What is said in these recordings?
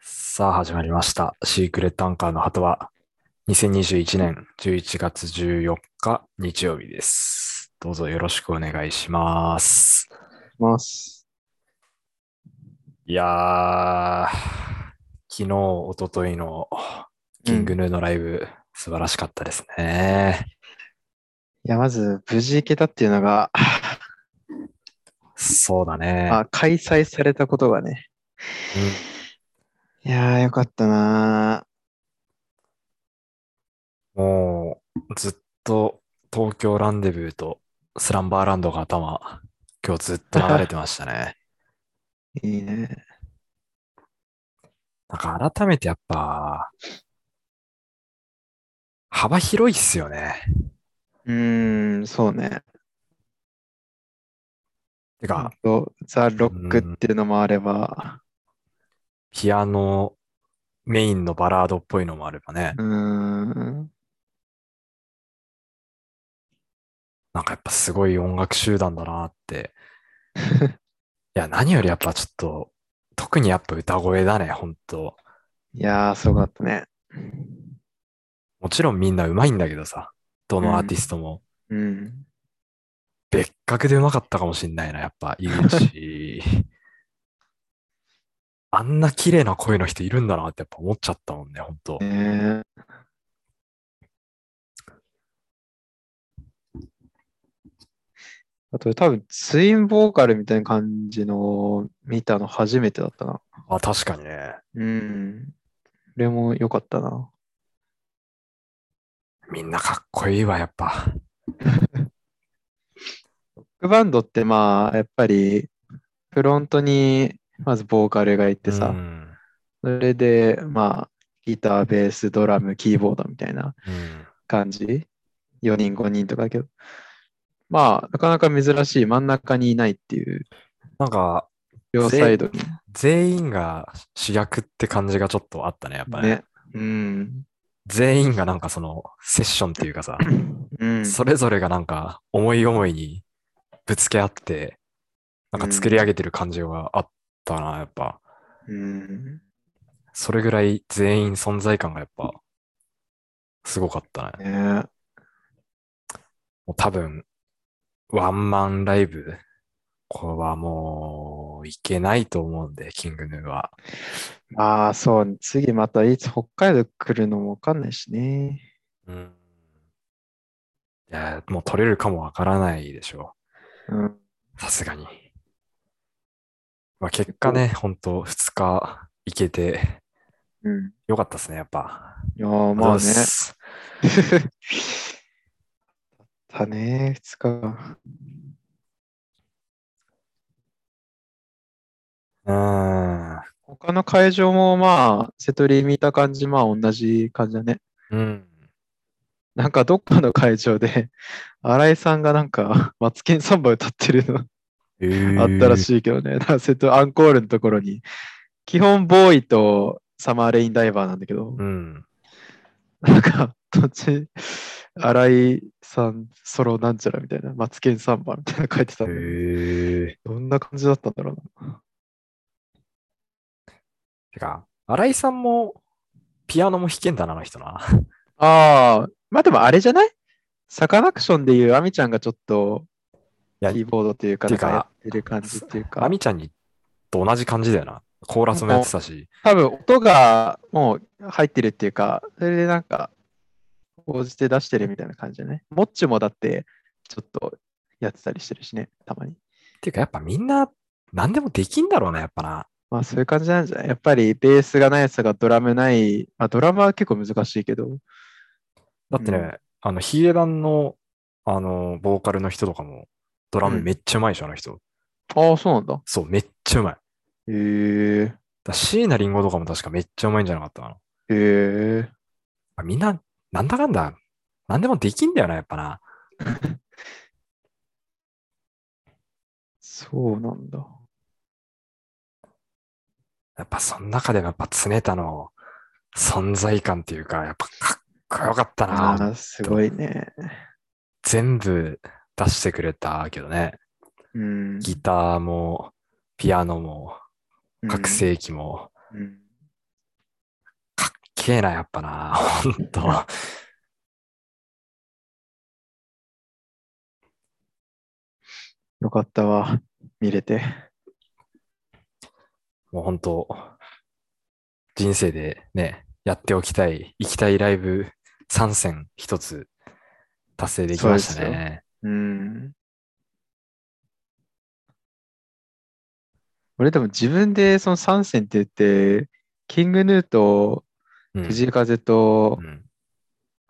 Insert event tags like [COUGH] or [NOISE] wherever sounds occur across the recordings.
さあ始まりました。シークレットアンカーの鳩は2021年11月14日日曜日です。どうぞよろしくお願いします。ます。いやー、昨日、一昨日のキングヌーのライブ、素晴らしかったですね。いや、まず、無事行けたっていうのが、そうだね。まあ、開催されたことがね。いやー、よかったなうんもうずっと東京ランデブーとスランバーランドが頭、今日ずっと流れてましたね。ー。いいね。なんか改めてやっぱ、幅広いっすよね。うーん、そうね。てか、そうザ・ロックっていうのもあれば、ピアノメインのバラードっぽいのもあればねう、ーん、 [LAUGHS] なんかやっぱすごい音楽集団だなって。いや、何よりやっぱちょっと、特にやっぱ歌声だね、ほんと。いやー、すごかったね。もちろんみんな上手いんだけどさ、どのアーティストも。うん。別格でうまかったかもしんないな、やっぱ、井口。[LAUGHS] あんな綺麗な声の人いるんだなってやっぱ思っちゃったもんね、ほんと。ねあと、多分、ツインボーカルみたいな感じの見たの初めてだったな。あ、確かにね。うん。これも良かったな。みんなかっこいいわ、やっぱ。ロックバンドってまあやっぱりフロントにまずボーカルがいてさ、うん。それでまあギターベースドラムキーボードみたいなうん感じ4人5人とかだけどまあなかなか珍しい真ん中にいないっていうなんか、両サイドに全員が主役って感じがちょっとあったね、やっぱね。ねうん、全員がなんかそのセッションっていうかさ、うん、それぞれがなんか思い思いにぶつけ合って、なんか作り上げてる感じがあったな、やっぱ。うんそれぐらい全員存在感がやっぱ、すごかったね。ねもう多分、ワンマンライブ、これはもう、いけないと思うんで、キングヌーは。まあそう次またいつ北海道来るのもわかんないしねうん。いや、もう取れるかもわからないでしょうんう。さすがに。まあ、結果ね、ほんと、2日行けて、うんよかったですね、やっぱ。いやーまあありがとうごねざいます [LAUGHS] だね、2日間。うーん。他の会場もまあ、瀬戸り見た感じ、まあ同じ感じだね。うん。なんかどっかの会場で、 [LAUGHS] 新井さんがなんか、マツケンサンバ歌ってるのえーあったらしいけどね。だから瀬戸アンコールのところに、基本ボーイとサマーレインダイバーなんだけど、うん。なんか、途中、新井さんソロなんちゃらみたいな、マツケンサンバみたいなの書いてたえんだけどー。どんな感じだったんだろうな。てか、新井さんもピアノも弾けんだな、あの人な。ああ、まあでもあれじゃないサカナクションでいうアミちゃんがちょっといキやーボードっていうか、てなんかかやってる感じっていうあか、みちゃんにと同じ感じだよな。コーラスもやってたし。多分音がもう入ってるっていうか、それでなんか、応じて出してるみたいな感じじゃないモッチもだって、ちょっとやってたりしてるしね、たまに。ていうか、やっぱみんな何でもできんだろうな、やっぱな。まあそういう感じなんじゃないやっぱりベースがないやつがドラムない、まあドラムは結構難しいけど、だってね、うんあの、ヒゲダンの、あの、ボーカルの人とかも、ドラムめっちゃうまいでしょ、あの人。ああ、そうなんだ。そう、めっちゃうまい。へえ、だ椎名林檎とかも確かめっちゃうまいんじゃなかったかな。やっへえ。ぱみんな、なんだかんだ、何でもできんだよな、やっぱな。そうなんだ。やっぱその中でもやっぱ常田の存在感っていうか、やっぱかっこよかったな。ああ、すごいね。全部出してくれたけどね。うん。ギターも、ピアノも、うん拡声器も、うんけえな、やっぱな。ほんと。よかったわ。見れて。もう本当、人生でね、やっておきたい、行きたいライブ3選一つ達成できましたそうね。うん。俺でも自分でその3戦って言って、キングヌーとうん藤井風と、うん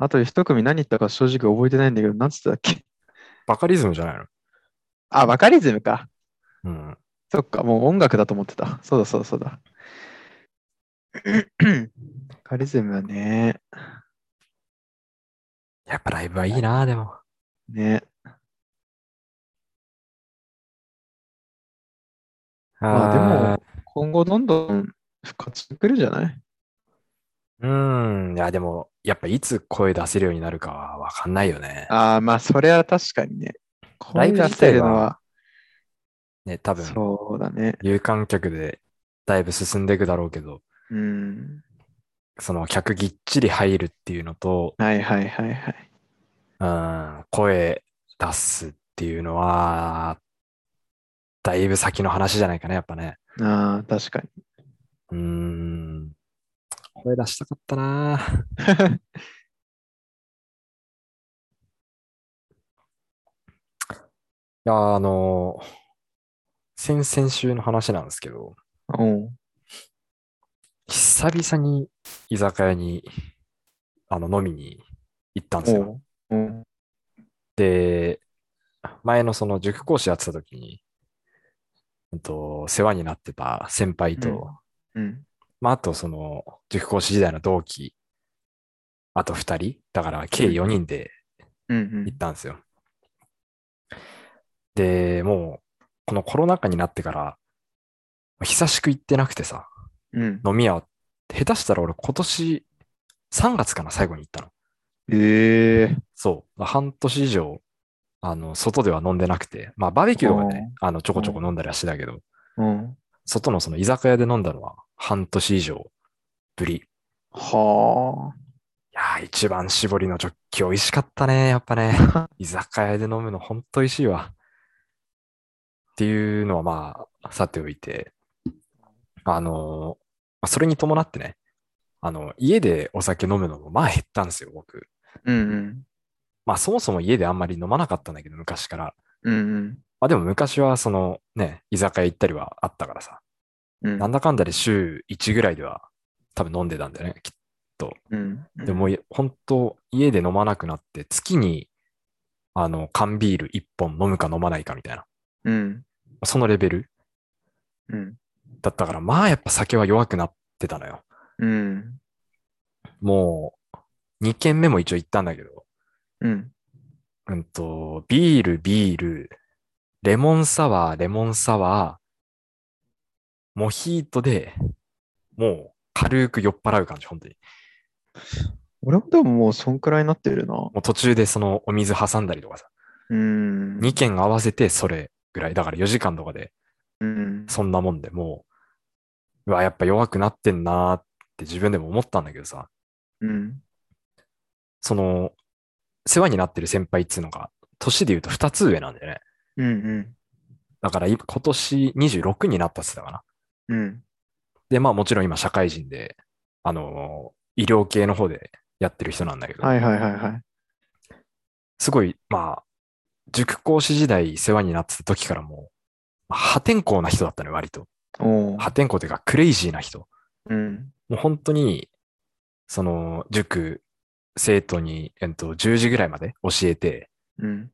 あと一組何言ったか正直覚えてないんだけど、なんつってたっけバカリズムじゃないのあ、バカリズムか。うん。そっか、もう音楽だと思ってた。そうだそうだそうだ。 [CLEARS THROAT] バカリズムはね、やっぱライブはいいな、でも。ね、まあであも今後どんどん復活してくるんじゃないでも。うん。いや、でも、やっぱいつ声出せるようになるかはわかんないよね。ああ、まあそれは確かにね。ライブ声出自体せるはのは、ね、多分、そうだね。有観客でだいぶ進んでいくだろうけど、うん。その客ぎっちり入るっていうのと、はいはいはいはい。うん、声出すっていうのは、だいぶ先の話じゃないかな、やっぱね。ああ、確かに。うーん。声出したかったな。いや、あの、先々週の話なんですけど、 [LAUGHS] おう久々に居酒屋に、あの、飲みに行ったんですおよ。うおうで、前のその塾講師やってた時に、うんと、世話になってた先輩と、うんうん。まあ、あとその、塾講師時代の同期、あと2人、だから計4人でうん行ったんですよ。で、もう、このコロナ禍になってから、久しく行ってなくてさ、うん。うん。飲み屋、下手したら俺今年3月かな、最後に行ったの。ええそう、半年以上、あの、外では飲んでなくて、まあ、バーベキューとかね、あの、ちょこちょこ飲んだりはしてたけど、うん。外のその居酒屋で飲んだのは半年以上ぶり。はいやー、一番搾りのジョッキ美味しかったね。やっぱね。あ。居酒屋で飲むのほんと美味しいわ。っていうのはまあ、さておいて。あのーまあそれに伴ってね、あの、家でお酒飲むのもまあ減ったんですよ、僕。うんまあそもそも家であんまり飲まなかったんだけど、昔から。うん。うんまあでも昔はそのね、居酒屋行ったりはあったからさ。うん。なんだかんだで週1ぐらいでは多分飲んでたんだよね、きっとうん。でももうい、本当家で飲まなくなって、月に、あの、缶ビール1本飲むか飲まないかみたいな、うん。そのレベルうん。だったから、まあ、やっぱ酒は弱くなってたのよ。うん。もう、2軒目も一応行ったんだけど、うん。うんと、ビール、ビール、レモンサワー、レモンサワー、モヒートで、もう、軽く酔っ払う感じ、本当に。俺もでももうそんくらいになってるな。もう途中でそのお水挟んだりとかさ、うん。 2軒合わせてそれぐらい、だから4時間とかでうん。そんなもんでもう、うわ、やっぱ弱くなってんなーって自分でも思ったんだけどさ、うん。その、世話になってる先輩っつうのが、年で言うと2つ上なんだよね。うん。うん。だからい今年26になったっつってたかな。うん。で、まあもちろん今社会人で、あのー医療系の方でやってる人なんだけど、はいはいはいはい。すごい、まあ、塾講師時代世話になってた時からもう、まあ破天荒な人だったね、割と。おう。破天荒というかクレイジーな人。うん。もう本当に、その、塾、生徒に、えっと、10時ぐらいまで教えて、うん。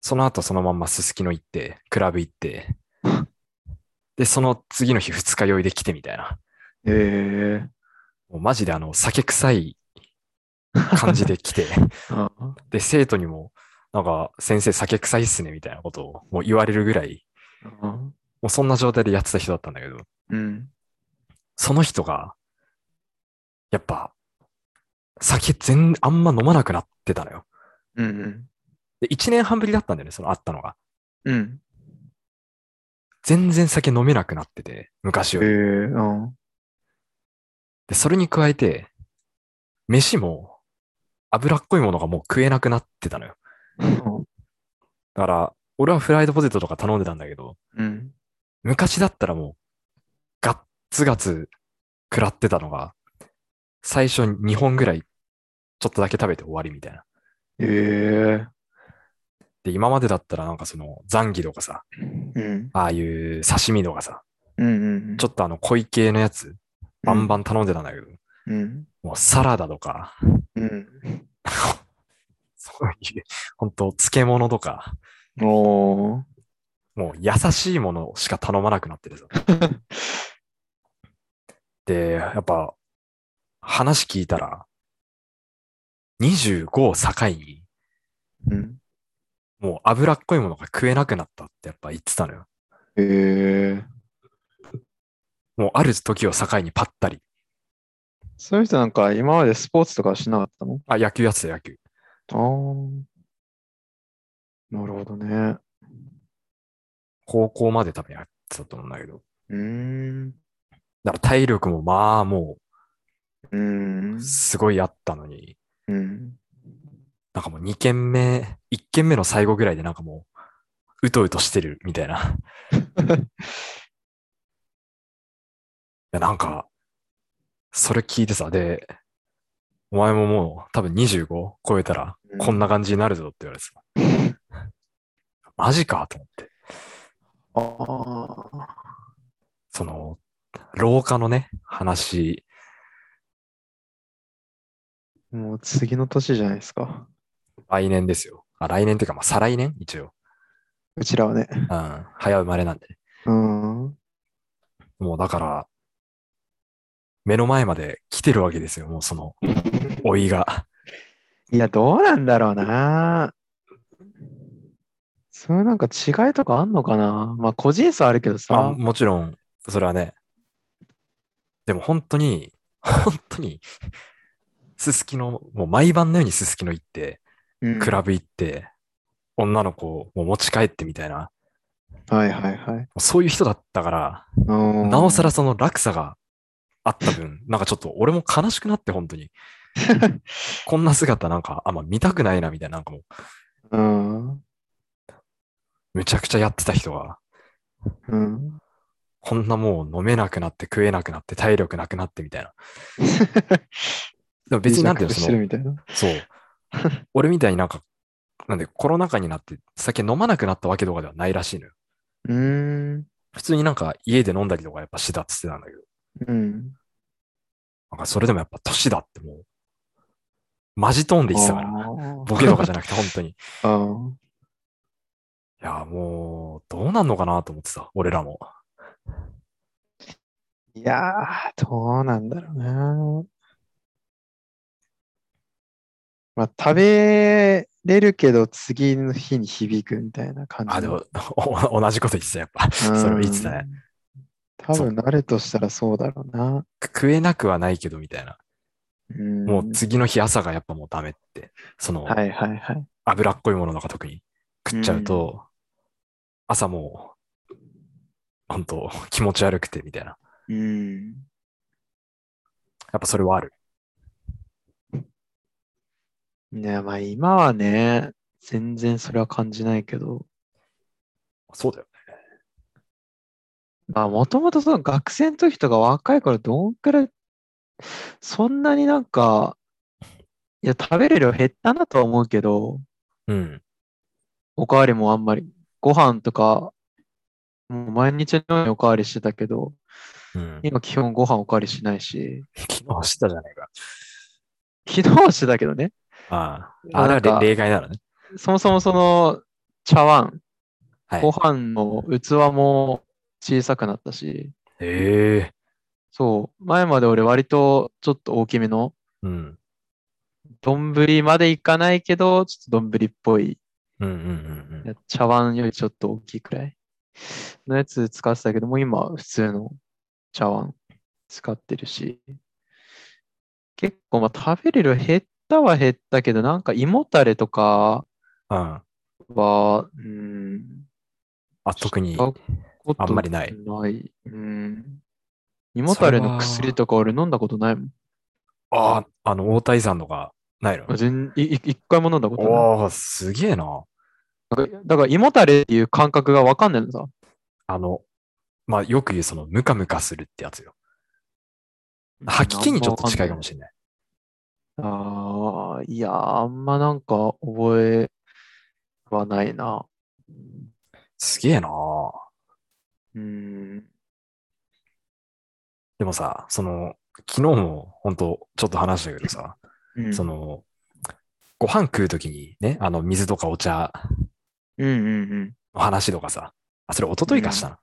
その後そのまんますすきの行って、クラブ行って、で、その次の日二日酔いで来てみたいな。ええもうマジであの、酒臭い感じで来て、あで、生徒にも、なんか、先生酒臭いっすね、みたいなことをもう言われるぐらい、あ。もうそんな状態でやってた人だったんだけど、うん。その人が、やっぱ、酒全、あんま飲まなくなってたのよ。うん。で、1年半ぶりだったんだよね、その会ったのが。うん。全然酒飲めなくなってて、昔ええより。うん。で、それに加えて、飯も脂っこいものがもう食えなくなってたのよ。うんだから、俺はフライドポテトとか頼んでたんだけど、うん。昔だったらもう、ガッツガツ食らってたのが、最初に2本ぐらい、ちょっとだけ食べて終わりみたいな。ええで、今までだったらなんかその、ザンギとかさ、うん。ああいう刺身とかさ、うんうんうん。ちょっとあの、濃い系のやつ、バンバン頼んでたんだけど、うん。もうサラダとか、うん。そういう、本当漬物とか、おー。もう優しいものしか頼まなくなってるさ。で、やっぱ、話聞いたら、25を境に、うん。もう脂っこいものが食えなくなったってやっぱ言ってたのよ。ええもうある時を境にパッタリ。そういう人なんか今までスポーツとかはしなかったのあ、野球やってた野球。あーなるほどね。高校まで多分やってたと思うんだけど。うーん。だから体力もまあもうーんう。すごいあったのに、うん。なんかもう2軒目、1軒目の最後ぐらいでなんかもう、うとうとしてるみたいな。いや、なんか、それ聞いてさ、で、お前ももう多分25超えたらうんこんな感じになるぞって言われてさ。マジかと思って。ああ。その、老化のね、話、もう次の年じゃないですか。来年ですよ。あ、来年っていうか、まあ、再来年一応。うちらはね。うん。早生まれなんでね。うん。もうだから、目の前まで来てるわけですよ。もうそ [LAUGHS] の、老いが。いや、どうなんだろうな。そういうなんか違いとかあんのかな。まあ、個人差あるけどまあ、さ。もちろん、それはね。でも本当に、本当に、すすきの、もう毎晩のようにすすきの行って、うんクラブ行って、女の子をもう持ち帰ってみたいな、はいはいはい。そういう人だったから、うんなおさらその落差があった分、なんかちょっと俺も悲しくなって、本当に。こんな姿なんかあんま見たくないな、みたいな、なんかもう、 [LAUGHS] うん。むちゃくちゃやってた人が、うん。こんなもう飲めなくなって食えなくなって体力なくなってみたい [LAUGHS] な。でも別になんていうの、しそてのる、みたいな。 [LAUGHS] そう。俺みたいになんか、なんでコロナ禍になって酒飲まなくなったわけとかではないらしいのよ。うーん。普通になんか家で飲んだりとかやっぱしてたって言ってたんだけど、うん。なんかそれでもやっぱ年だってもう、マジ飛んで言ってたから、あーボケとかじゃなくて本当に。い [LAUGHS] うんや、もう、どうなんのかなと思ってさ、俺らも。いやー、どうなんだろうな。まあ、食べれるけど、次の日に響くみたいな感じ。あ、でも、 [LAUGHS] お同じこと言ってた、やっぱ。うん、それを言ってたね。多そう分、慣れとしたらそうだろうな。食えなくはないけど、みたいな。うん、もう次の日朝がやっぱもうダメって。その、はいはいはい。脂っこいものとか特に食っちゃうと、朝もう、本当気持ち悪くてみたいな。うん。やっぱそれはある。ねまあ、今はね、全然それは感じないけど、そうだよね。まあ、もともとその学生の時とか若い頃どんくらい、そんなになんか、いや、食べる量減ったなとは思うけど、うん。おかわりもあんまり、ご飯とか、もう毎日のようにおかわりしてたけど、うん、今基本ご飯おかわりしないし、昨日走ったじゃないか。昨日はしてたけどね、ああ。まああれはなんかれ例外なのね。そもそもその茶碗、はいご。飯の器も小さくなったし、ええそう、前まで俺割とちょっと大きめのうん。丼までいかないけど、ちょっと丼っぽい、うんうんうんうん。茶碗よりちょっと大きいくらいのやつ使ってたけども、今普通の茶碗使ってるし、結構まあ食べれる量減ったは減ったけど、なんか胃もたれとかあは、うん、あ特にしたことあんまりない。ない。うん。胃もたれの薬とか俺飲んだことないもん。ああ、あの、大谷さんのがないのまあ全いい一回も飲んだことない。おお、すげえな。だから胃もたれっていう感覚がわかんないのさ。あの、まあ、よく言う、その、ムカムカするってやつよ。吐き気にちょっと近いかもししれない。れない。ああ、いやー、あんまなんか覚えはないな。すげえな。うん。でもさ、その、昨日も、本当ちょっと話したけどさ、うんそ、の、ご飯食うときにね、あの、水とかお茶うんうんうん。の話とかさ、あ、それ一昨日かしたな。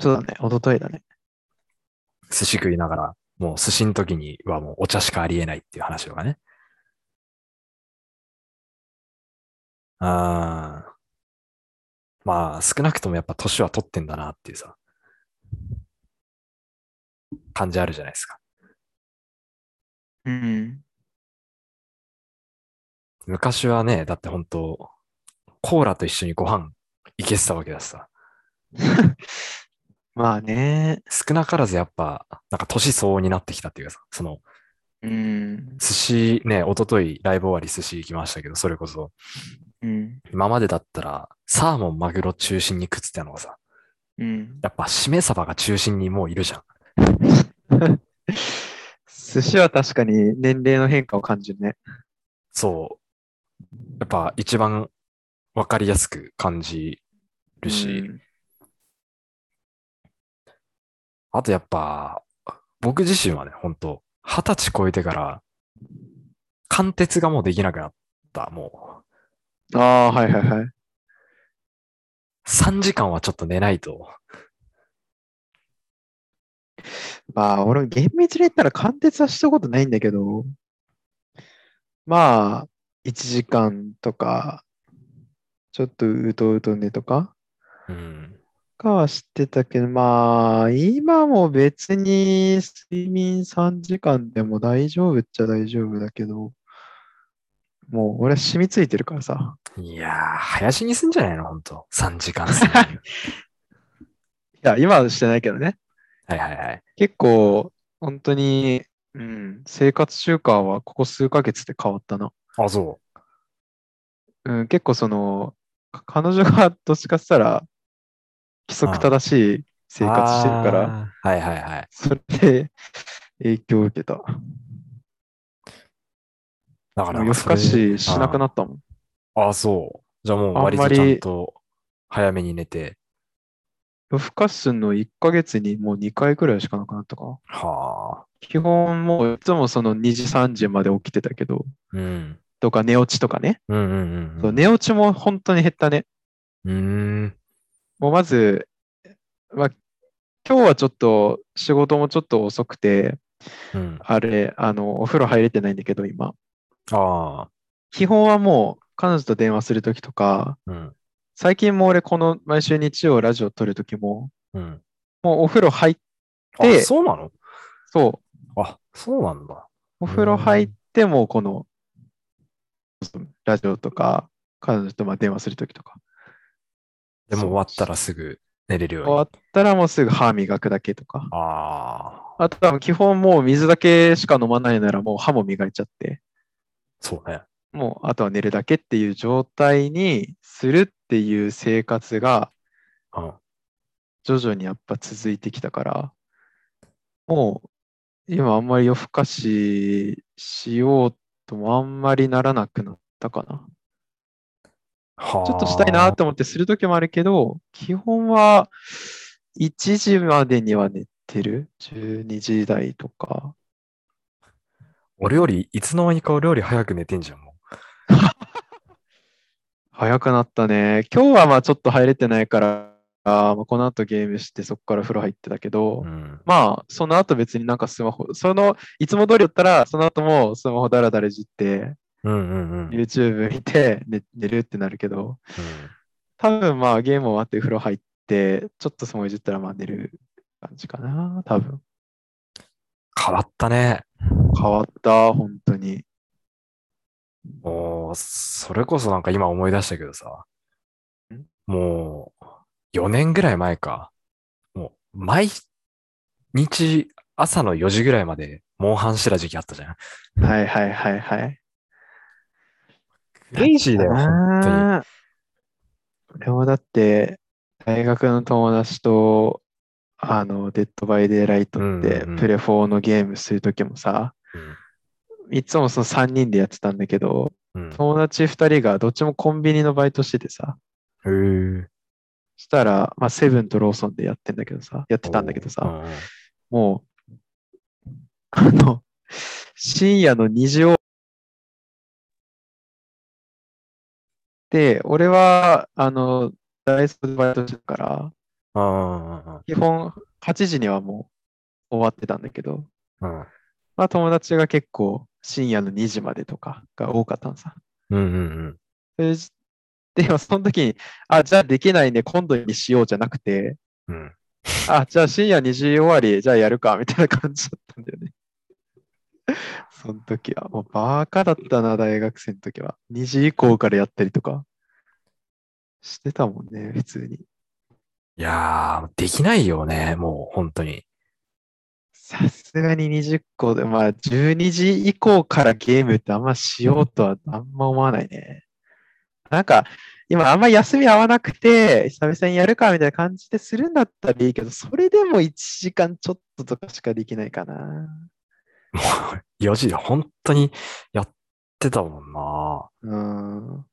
そうだね、一昨日だね。寿司食いながら、もう寿司の時にはもうお茶しかありえないっていう話とかね。ああ。まあ、少なくともやっぱ年は取ってんだなっていうさ、感じあるじゃないですか。うん。昔はね、だって本当コーラと一緒にご飯いけてたわけだしさ、まあね。少なからずやっぱ、なんか年相応になってきたっていうかさ、その、うん。寿司ね、一昨日ライブ終わり寿司行きましたけど、それこそ、うん。今までだったら、サーモン、マグロ中心に食ってたのがさ、うん。やっぱしめ鯖が中心にもういるじゃん。寿司は確かに年齢の変化を感じるね。そう。やっぱ一番わかりやすく感じるし、あとやっぱ、僕自身はね、本当二十歳超えてから、貫徹がもうできなくなった。もうん。ああー、はいはいはい。う、3時間はちょっと寝ないと。まあ、俺、厳密に言ったら貫徹はしたことないんだけど、まあ、1時間とか、ちょっとうとうとねとか、うん。かは知ってたけど、まあ、今も別に睡眠3時間でも大丈夫っちゃ大丈夫だけど、もう俺は染みついてるからさ。いやー、林にすんじゃないの本当3時間睡 [LAUGHS] 眠いや、今はしてないけどね。はいはいはい。結構、本当に、うん、生活習慣はここ数ヶ月で変わったな。あ、そ。うん、結構その、か彼女がどっちかって言ったら、規則正しいう生活してるから、あー。はいはいはい。それで影響を受けた。だからなん夜か更それかししなくなったもん。ああ、そう。じゃあもうあん割とまりちゃんと早めに寝て。夜更かしするの1ヶ月にもう2回くらいしかなくなったか。はあ。基本もういつもその2時3時まで起きてたけど、うん。とか寝落ちとかね。うんうんうんうん。そう寝落ちも本当に減ったね。うーん。もうまず、まあ、今日はちょっと仕事もちょっと遅くて、うん。あれ、あの、お風呂入れてないんだけど、今。ああ。基本はもう彼女と電話するときとか、うん。最近も俺この毎週日曜ラジオ撮るときも、うん。もうお風呂入っあ、でそうなのそう、あ、そうなんだ。お風呂入ってもこのラジオとか、彼女とまあ電話するときとか、でもそう終わったらすぐ寝れるように。終わったらもうすぐ歯磨くだけとか、ああ。あとは基本もう水だけしか飲まないならもう歯も磨いちゃって、そうね。もうあとは寝るだけっていう状態にするっていう生活がうん。徐々にやっぱ続いてきたから、もう今あんまり夜更かししようともあんまりならなくなったかな。はあ。ちょっとしたいなと思ってするときもあるけど、基本は1時までには寝てる。12時台とか。俺より、いつの間にか俺より早く寝てんじゃん、も早くなったね。今日はまあちょっと入れてないから、あーまあこの後ゲームしてそこから風呂入ってたけど、う。うん。まあその後別になんかスマホ、その、いつも通りだったらその後もスマホだらだらいじって、うんうんうん。うん YouTube 見て寝寝るってなるけど、多分まあゲーム終わって風呂入って、ちょっとスマホいじったらまあ寝る感じかな、多分。変わったね。変わった、本当に。もう、それこそなんか今思い出したけどさん、もう4年ぐらい前か、もう毎日朝の4時ぐらいまで、モンハンしてた時期あったじゃん。はいはいはいはい。クレイジーだよ、本当に。あー俺はだって、大学の友達と、あの、デッドバイデイライトってうんうん、プレフォーのゲームするときもさ、いつもその3人でやってたんだけど、うん。友達2人がどっちもコンビニのバイトしててさ、うん。へーそしたら、まあ、セブンとローソンでやってんだけどさ、やってたんだけどうさ、んもう、 [LAUGHS] あの、深夜の2時を、で、俺は、あの、ダイソーでバイトしてたから、うん。基本8時にはもう終わってたんだけど、うん。まあ友達が結構深夜の2時までとかが多かったのさ。うんうんそれで、でもその時に、あ、じゃあできないんで今度にしようじゃなくて、うん。うん。あ、じゃあ深夜2時終わり、じゃあやるか、みたいな感じだったんだよね。 [LAUGHS] その時は、もうバカだったな、大学生の時は。2時以降からやったりとかしてたもんね、普通に。いやー、できないよね、もう、本当に。 [LAUGHS] さすがに20個で、まあ12時以降からゲームってあんましようとはあんま思わないね。なんか、今あんま休み合わなくて、久々にやるかみたいな感じでするんだったらいいけど、それでも1時間ちょっととかしかできないかな。もう、4時で本当にやってたもんな。うん。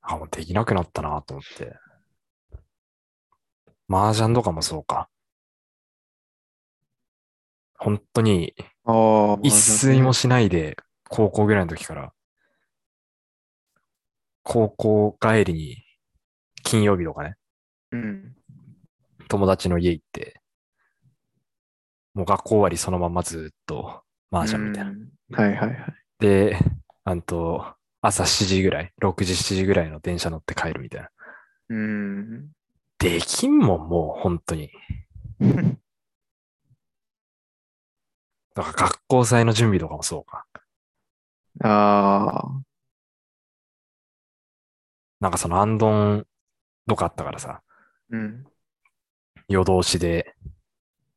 あ、もうできなくなったなと思って。麻雀とかもそうか。本当にああ、一睡もしないで、高校ぐらいの時から、高校帰りに、金曜日とかね、うん。友達の家行って、もう学校終わりそのまんまずっと麻雀みたいな。な。はいはいはい。で、あんと、朝7時ぐらい、6時7時ぐらいの電車乗って帰るみたいな。うん。 [LAUGHS] できんもん、もう本当に。だから学校祭の準備とかもそうか。ああ、なんかそのアンドンとかあったからさ、うん。夜通しで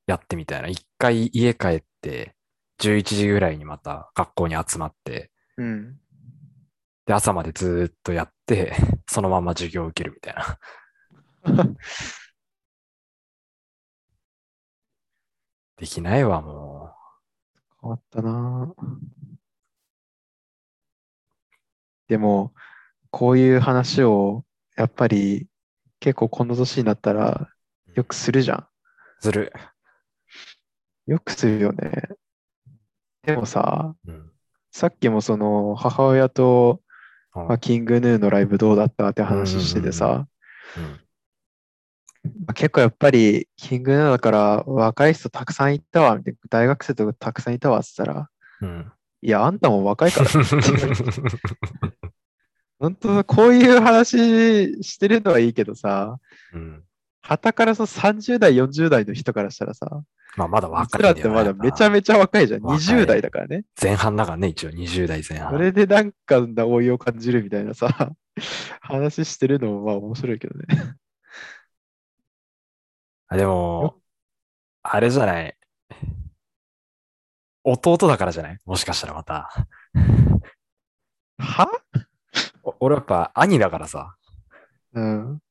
やってみたいな。一回家帰って、11時ぐらいにまた学校に集まって、うん。で、朝までずーっとやって、そのまま授業を受けるみたいな。できないわ、も変わったなぁでも、こういう話を、やっぱり、結構この年になったら、よくするじゃう。ずる。ん。よくするよね。でもさ、うん。さっきもその、母親と、うんまあ、キングヌーのライブどうだったって話しててうんうさ、うんまあ結構やっぱり、キングヌーだから、若い人たくさんいたわ、みたいな大学生とかたくさんいたわ、って言ったら、うん。いや、あんたも若いから、 [LAUGHS] 本当こういう話してるのはいいけどさ、 [LAUGHS] うん傍からその30代、40代の人からしたらさ、まあ、まだ僕若いんらだっよてねまだめちゃめちゃ若いじゃん。若い20代だからね。前半だからね、一応20代前半。それでなんか応用を感じるみたいなさ、 [LAUGHS] 話してるのもまあ面白いけどね。あでも、あれじゃない。弟だからじゃないもしかしたらまた。はお俺やっぱ兄だからさ、うん。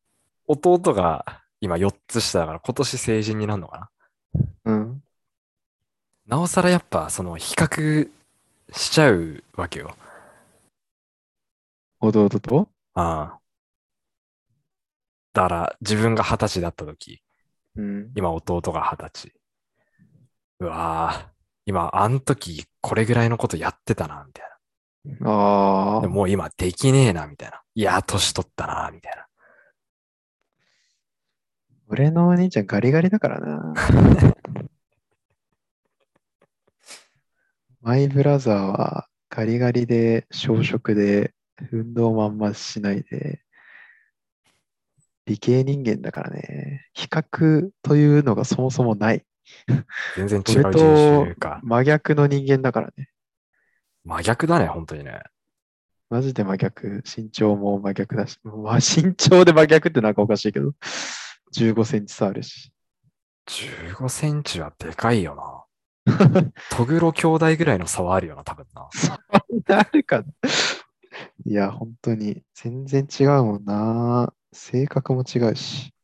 弟が今4つ下だから今年成人になるのかうん。ななおさらやっぱその比較しちゃうわけよ。弟とああだから自分が20歳だった時、うん。今弟が20歳。うわぁ、今あん時これぐらいのことやってたな、みたいな。あでもあ。もう今できねえな、みたいな。いや、年取ったな、みたいな。俺のお兄ちゃんガリガリだからな。マイブラザーはガリガリで、小食で、運動もあんましないで、理系人間だからね、比較というのがそもそもない。全然違う俺人と種か。真逆の人間だからね。真逆だね、本当にね。マジで真逆。身長も真逆だし、まあ身長で真逆ってなんかおかしいけど、15センチ差あるし。 15センチはでかいよな。トグロ兄弟ぐらいの差はあるよな、多分な。 [LAUGHS] なるかな。いや、本当に、全然違うもんな。性格も違うし。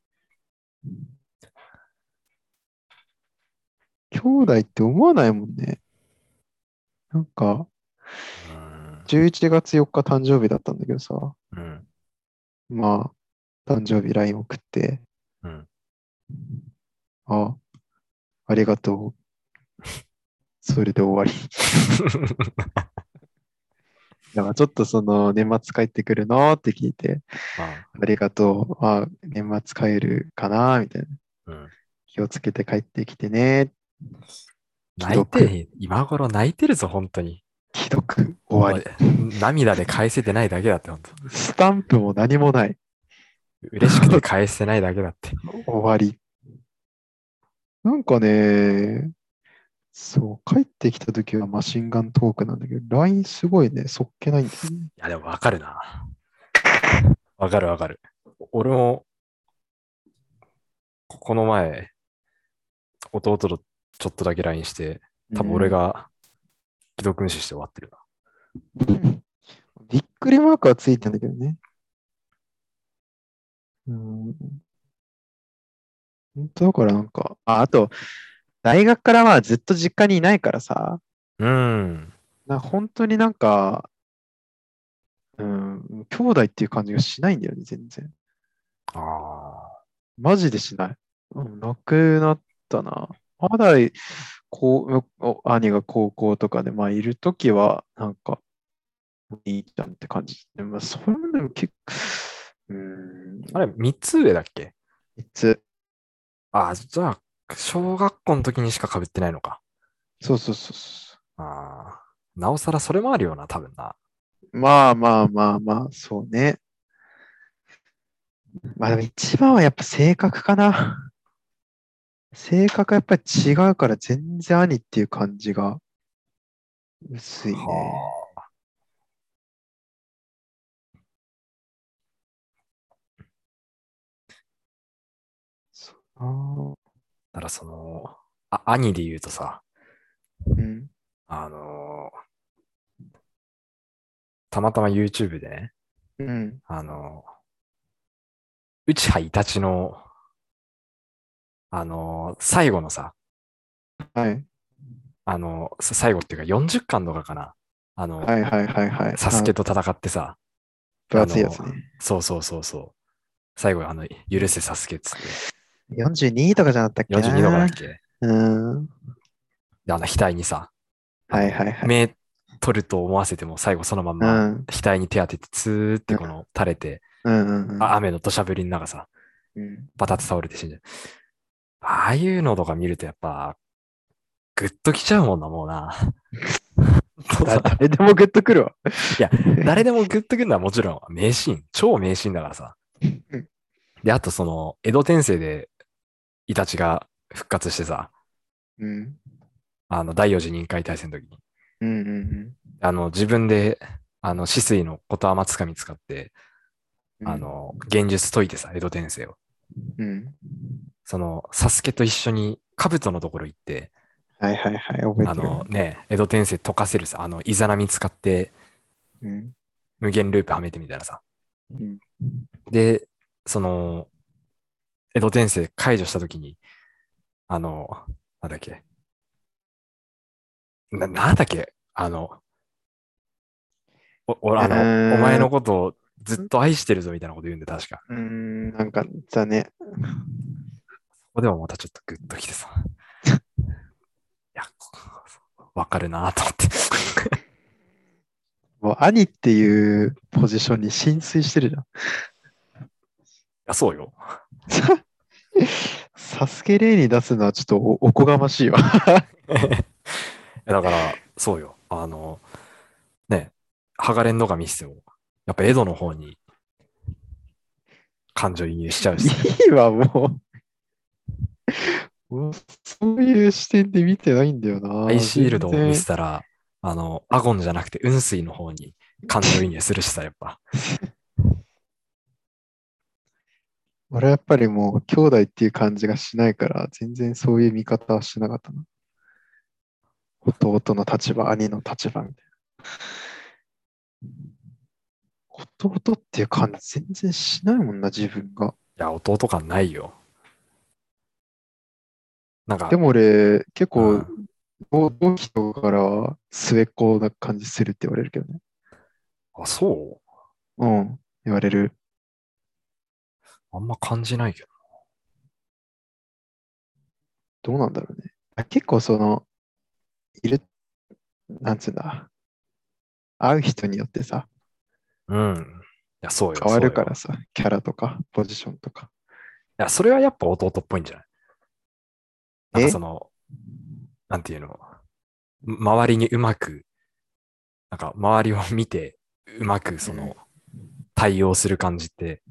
兄弟って思わないもんね。なんか、11月4日誕生日だったんだけどさ、うん。うん。 [LAUGHS] まあ、誕生日 LINE 送って、うん。あ、ありがとう。それで終わり。 [LAUGHS] だからちょっとその年末帰ってくるのって聞いて、まあ、ありがとう。あ、年末帰るかなみたいな。うん。気をつけて帰ってきてね。既泣い読て、今頃泣いてるぞ、本当に。既読終わり。り。涙で返せてないだけだって、本当。スタンプも何もない。嬉しくて返せないだけだって。終わり。なんかね、そう、帰ってきた時はマシンガントークなんだけど、LINE すごいね、そっけないんだよね。いや、でもわかるな。わかるわかる。俺も、ここの前、弟とちょっとだけ LINE して、多分俺が既読無視して終わってるな。うん。びっくりマークはついてんだけどね。うん。本当だからなんか、あ、あと、大学からはずっと実家にいないからさ、うん。な本当になんか、うん、兄弟っていう感じがしないんだよね、全然。ああ。マジでしない。うん、なくなったな。まだいこうお兄が高校とかで、まあ、いるときは、なんか、いいじゃんって感じ。でも、まあ、それでも結構、うーん、あれ、三つ上だっけいつ、ああ、じゃあ、小学校の時にしか被ってないのか。そうそうそうそああ。なおさらそれもあるよな、多分な。う。まあまあまあまあ、そうね。まあでも一番はやっぱ性格かな。性格やっぱり違うから全然兄っていう感じが薄いね。はあーだからその、あ兄で言うとさ、うん。あのーたまたま YouTube でね、うん。あのー、内葉イタチの、あのー最後のさ、はい。あのーさ最後っていうか40巻とかかな、あのーはいはいはいはい。サスケと戦ってさ、あ。分厚いやつね。そうそうそうそう、最後あの、許せサスケっつっ、42とかじゃなかったってけな42とかだっけうん。で、あの、額にさ、はいはいはい。目取ると思わせても最後そのまんうま、ん。額に手当てて、ツーってこの垂れて、うんうんうん。あ雨の土砂降りの中さ、うんバタッと倒れて死んじゃう。ああいうのとか見るとやっぱ、グッときちゃうもんな、もうな。そうださ誰でもグッとくるわ。いや、 [LAUGHS] 誰でもグッとくるのはもちろん名シーン、超名シーンだからさうん。で、あとその、江戸転生でイタチが復活してさ、 [LAUGHS] うん。あの、第四次任界大戦の時に、うんうんうんあの、自分で、あの、止水のことあまつかみ使って、うん。あの、現実解いてさ、江戸転生を。うん。その、サスケと一緒に、兜のところ行って、はいはいはい。覚えあてる。のね、江戸天聖溶かせるさ、あの、イザナミ使ってうん。無限ループはめてみたいなさ。うん。で、その、江戸天聖解除したときに、あの、なんだっけ。な、なんだっけあの、お、お、あの、うーんお前のことをずっと愛してるぞみたいなこと言うんで、確か。うーん、なんか、だね。ここでもまたちょっとグッとき [LAUGHS] てさ。いや、わかるなと思って。 [LAUGHS] もう兄っていうポジションに浸水してるじゃん。い [LAUGHS] や、そうよ。サスケ例に出すのはちょっとおおこがましいわ。だから、そうよ。あの、ね、ハガレンとか見せても、やっぱ江戸の方に感情移入しちゃう [LAUGHS] し。いいわ、もう。もうそういう視点で見てないんだよな。アイシールドを全然見せたら、あの、アゴンじゃなくて雲水の方に感情移入するしさ、やっぱ。俺はやっぱりもう兄弟っていう感じがしないから、全然そういう見方はしてなかったな。弟の立場、兄の立場みたいな。弟っていう感じ全然しないもんな、自分が。いや、弟感ないよ。なんか、でも俺、結う構ん、同期とかからは末っ子な感じするって言われるけどね。あ、そうん、言われうる。あんま感じないけど。どうなんだろうね。あ結構その、いる、なんつうんだ、会う人によってさ、うん。いや、そうよ。変わるそうよからさ、キャラとか、ポジションとか。いや、それはやっぱ弟っぽいんじゃないなんえかその、なんていうの、ま周りにうまく、なんか周りを見て、うまくその、対応する感じって、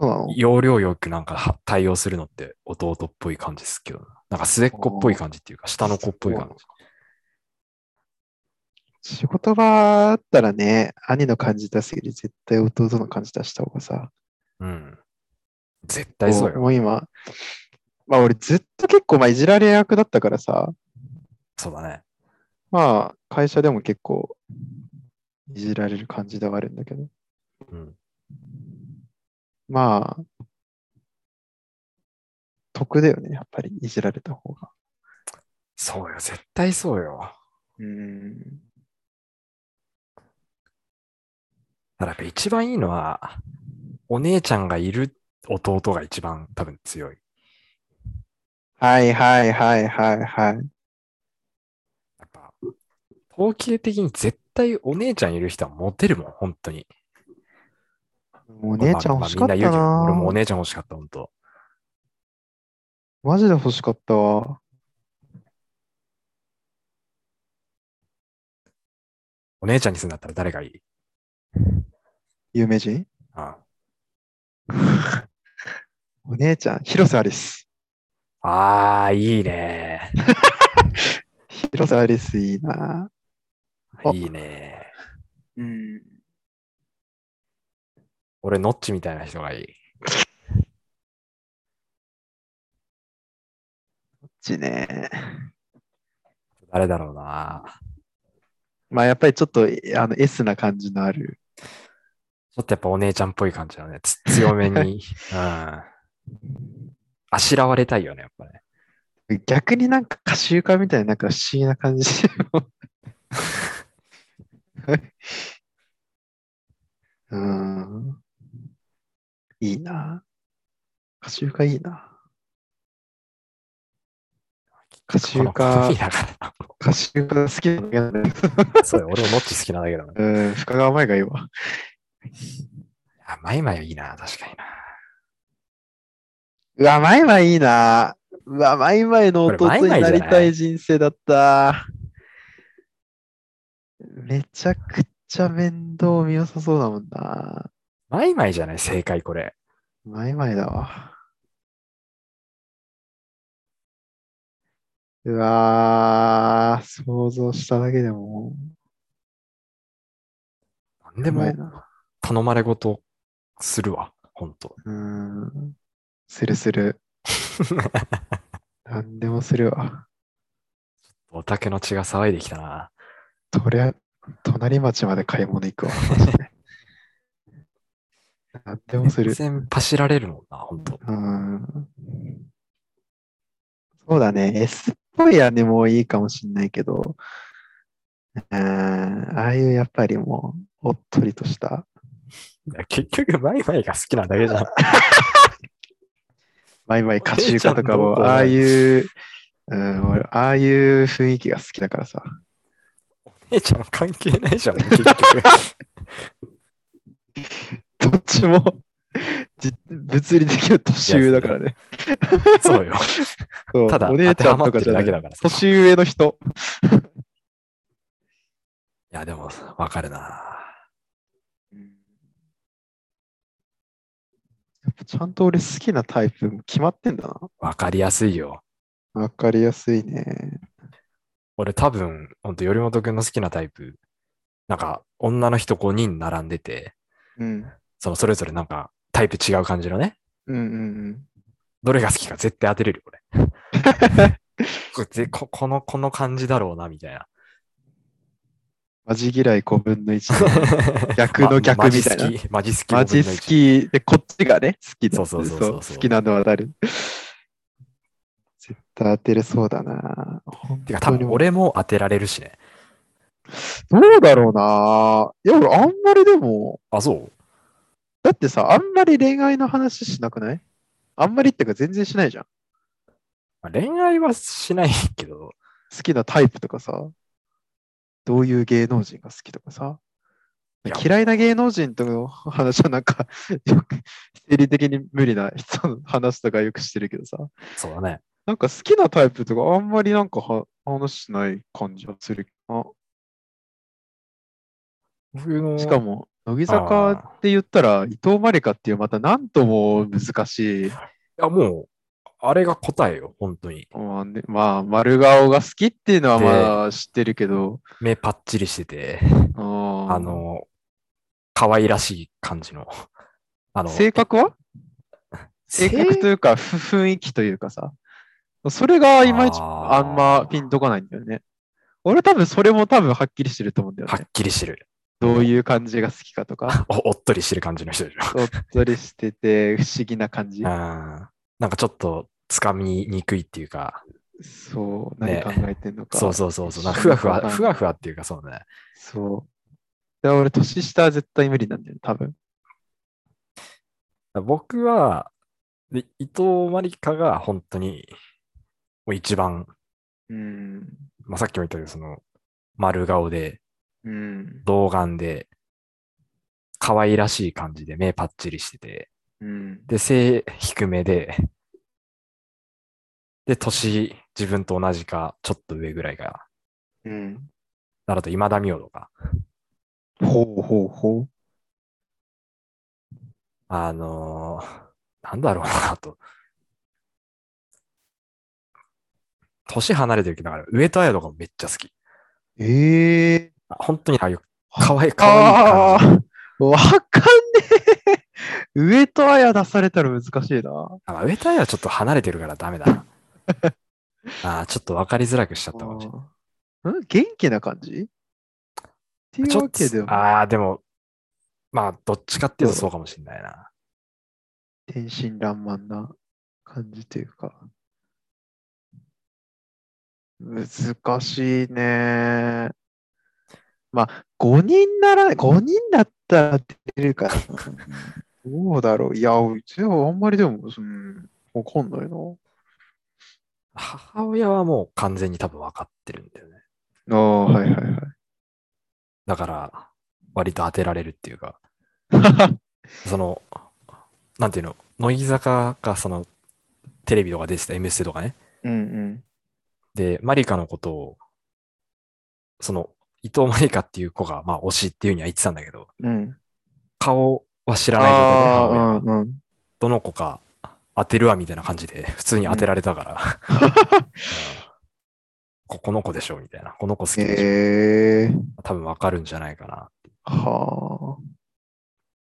そうなの要領よくなんかは対応するのって弟っぽい感じですけどな、なんか末っ子っぽい感じっていうか、下の子っぽい感じ。仕事場だったらね、兄の感じ出すより絶対弟の感じ出した方がさ、うん。絶対そうもよ。う今、まあ俺ずっと結構まあいじられ役だったからさ、そうだね。まあ会社でも結構いじられる感じではあるんだけど、うん。まあ、得だよね、やっぱりいじられた方が。そうよ。絶対そうよ。うん。ただやっぱ一番いいのは、お姉ちゃんがいる弟が一番多分強い。はいはいはいはいはい。やっぱ、統計的に絶対お姉ちゃんいる人はモテるもん、本当に。お姉ちゃんまあまあ欲しかったみんな言うけど、俺もおな。姉ちゃん欲しかった、本当。マジで欲しかったわ。お姉ちゃんにするんだったら誰がいい有名人あお姉ちゃん、広瀬アリス。あー、いいね。広瀬アリスいいな。 [LAUGHS] あいいね。うん。俺、ノッチみたいな人がいい。こっちね。誰だろうな。まあやっぱりちょっとえあの S な感じのある。ちょっとやっぱお姉ちゃんっぽい感じだね。つ強め [LAUGHS] に。うん。あしらわれたいよね、やっぱね。逆になんか歌集家みたいななんか不思議な感じ。 [LAUGHS] うん。いいな。歌集家いいな。歌集この好み家、だから歌集家好きなんだけどね。 [LAUGHS] な。そうよ、俺もノッチ好きなだけだね。うん、深川舞がいいわ。あ、マイマイはいいな、確かにな。うわ、マイマイいいな。うわ、マイマイの弟これにマイマイじなゃないりたい人生だった。めちゃくちゃ面倒見よさそうだもんな。マイマイじゃない、正解これ。マイマイだわ。うわー、想像しただけでも。なんでやばもいな。頼まれ事するわ、本 [LAUGHS] 当うん。するする。なんでもするわ。お酒の血が騒いできたな。とりあえず、隣町まで買い物行くわ。マジでなんでもす全る。然パシられるもんな、本当うん。そうだね。S っぽいはね、もういいかもしんないけど、うん、ああいうやっぱりもう、おっとりとした。いや結局、マイマイが好きなだけじゃん。マイマイ歌集家お姉ちゃとかんどうこも、うだああいう、うん、俺、ああいう雰囲気が好きだからさ。姉ちゃん関係ない [LAUGHS] じゃん、結局。どっちもじ、物理的には年上だからね。そうよ。そうただ、お当姉てちゃはんまっとてかじるゃなだけい。だからさ。い年上の人。や、でも、わかるな。やっぱちゃんと俺好きなタイプも決まってんだな。わかりやすいよ。わかりやすいね。俺多分、ほんと、頼本くんの好きなタイプ、なんか、女の人5人並んでて、うん。そのそれぞれなんかタイプ違う感じのね。うんうんどれが好きか絶対当てれる、俺。 [LAUGHS] これぜここの、この感じだろうな、みたいな。マジ嫌い5分の1。逆のま逆みたいな。マジ好き。ママジジ好き5分の一。好きで、こっちがね、好きだ。そうそうそうそうそう好きなのは誰絶対当てれそうだな。てか、多分俺も当てられるしね。どうだろうな。いや、俺あんまりでも、あ、そうだってさ、あんまり恋愛の話しなくないあんまりってか全然しないじゃん。まあ恋愛はしないけど、好きなタイプとかさ、どういう芸能人が好きとかさいや、嫌いな芸能人との話はなんか、 [LAUGHS] よく、生理的に無理な人の話とかよくしてるけどさ、そうだね。なんか好きなタイプとかあんまりなんかは話しない感じはするな。僕のしかも、乃木坂って言ったら、伊藤まりかっていうまたなんとも難しい、いや、もう、あれが答えよ、本当に。まあねまあ、丸顔が好きっていうのはまあ知ってるけど、目パッチリしてて、ああのの、可愛らしい感じの。あの、性格は性格というか、ふ雰囲気というかさ、それがいまいちああーんまピンとこないんだよね。俺多分それも多分はっきりしてると思うんだよはねっ。きりしてる。どういう感じが好きか [LAUGHS] とか、おおっとりしてる感じの人でしょ。おっとりしてて不思議な感じうん。。なんかちょっと、つかみにくいっていうか、そう、何ね考えてんのか。そうそうそうそう、なんか一ふわふ緒にわかわ、んないふわふわっていうかそうね。そう。だから俺、年下は絶対無理なんだよね、多分。僕は、で伊藤まりかが本当に、もう一番、うん。まあ、さっきも言ったけど、その、丸顔で、うん。童顔で、可愛らしい感じで、目パッチリしてて、うん。で、背低めで、で、年、自分と同じか、ちょっと上ぐらいが、うん。あと今田美桜とか、ほうほうほう。あのーなんだろうなと。年離れてるけど、だから上戸彩とかもめっちゃ好き。ええあ本当にああいう、かわいい、かわいいあ感じ。あ、わかんねえ。上と綾出されたら難しいな。あまあ上戸彩はちょっと離れてるからダメだ [LAUGHS] な。あーちょっと分かりづらくしちゃったかもしれない。うん元気な感じっていちうょわっけでと、も、ああ、でも、まあ、どっちかっていうとそうかもしれないな。天真爛漫な感じというか。難しいね。まあ、5人なら、5人だったら出るから。どうだろう。いや、うちはあんまりでも、うん、わかんないな。母親はもう完全に多分分かってるんだよね。ああ、はいはいはい。だから、割と当てられるっていうか、 [LAUGHS] その、なんていうの、乃木坂がその、テレビとか出てた M ステとかね。うんで、マリカのことを、その、伊藤マリカっていう子が、まあ、推しっていうには言ってたんだけど、うん。うん。顔は知らない状態で母親はああ、うんうん。どの子か当てるわみたいな感じで、普通に当てられたから、 [LAUGHS] ここの子でしょみたいな、この子好きでしょ、へえ。多分わかるんじゃないかな。はあ。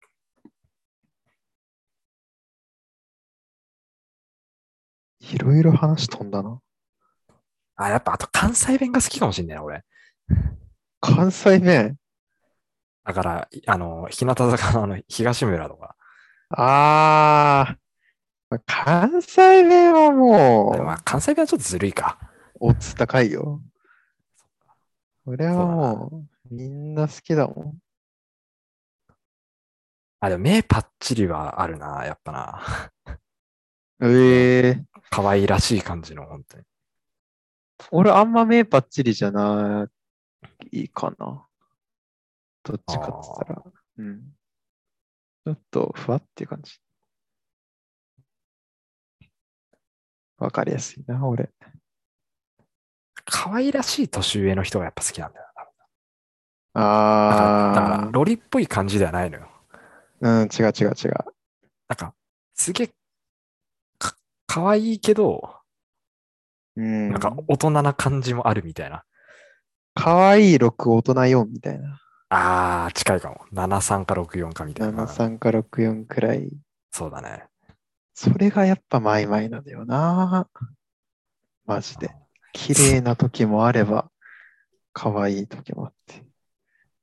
いろいろ話飛んだな。あ、やっぱ、あと関西弁が好きかもしんないな、俺。関西弁。だから、いあの、日向坂のあの東村とか、ああ。関西弁はでもまもあ関西弁はちょっとずるいか。う、オッズ高いよ。俺はもう、みんな好きだもん。あ、でも目パッチリはあるな、やっぱな。ええ可愛らしい感じの、本当に。俺あんま目パッチリじゃないかな。どっちかって言ったら。うん。ちょっとふわっていう感じ。わかりやすいな、俺。可愛らしい年上の人がやっぱ好きなんだよな。だから、だからあロリっぽい感じではないのよ。あ、うん、違う違う違う。なんか、すげえ、か、可愛いけど、うん。なんか大人な感じもあるみたいな。かわいい6、大人4みたいな。あー、近いかも。73か64かみたいな。 73か64くらい。そうだね。それがやっぱマイマイなんだよな。マジで。綺麗な時もあれば、可愛い時もあって。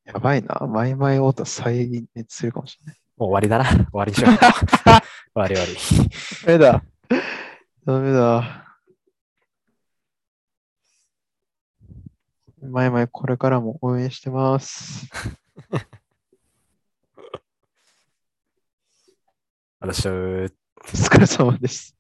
やばいな。マイマイオータ再熱するかもしれない。もう終わりだな。終わりにしよう。[LAUGHS] 終わり終わり。ダメだ。ダメだ。マイマイこれからも応援して [LAUGHS] ます。私はお疲れ様です。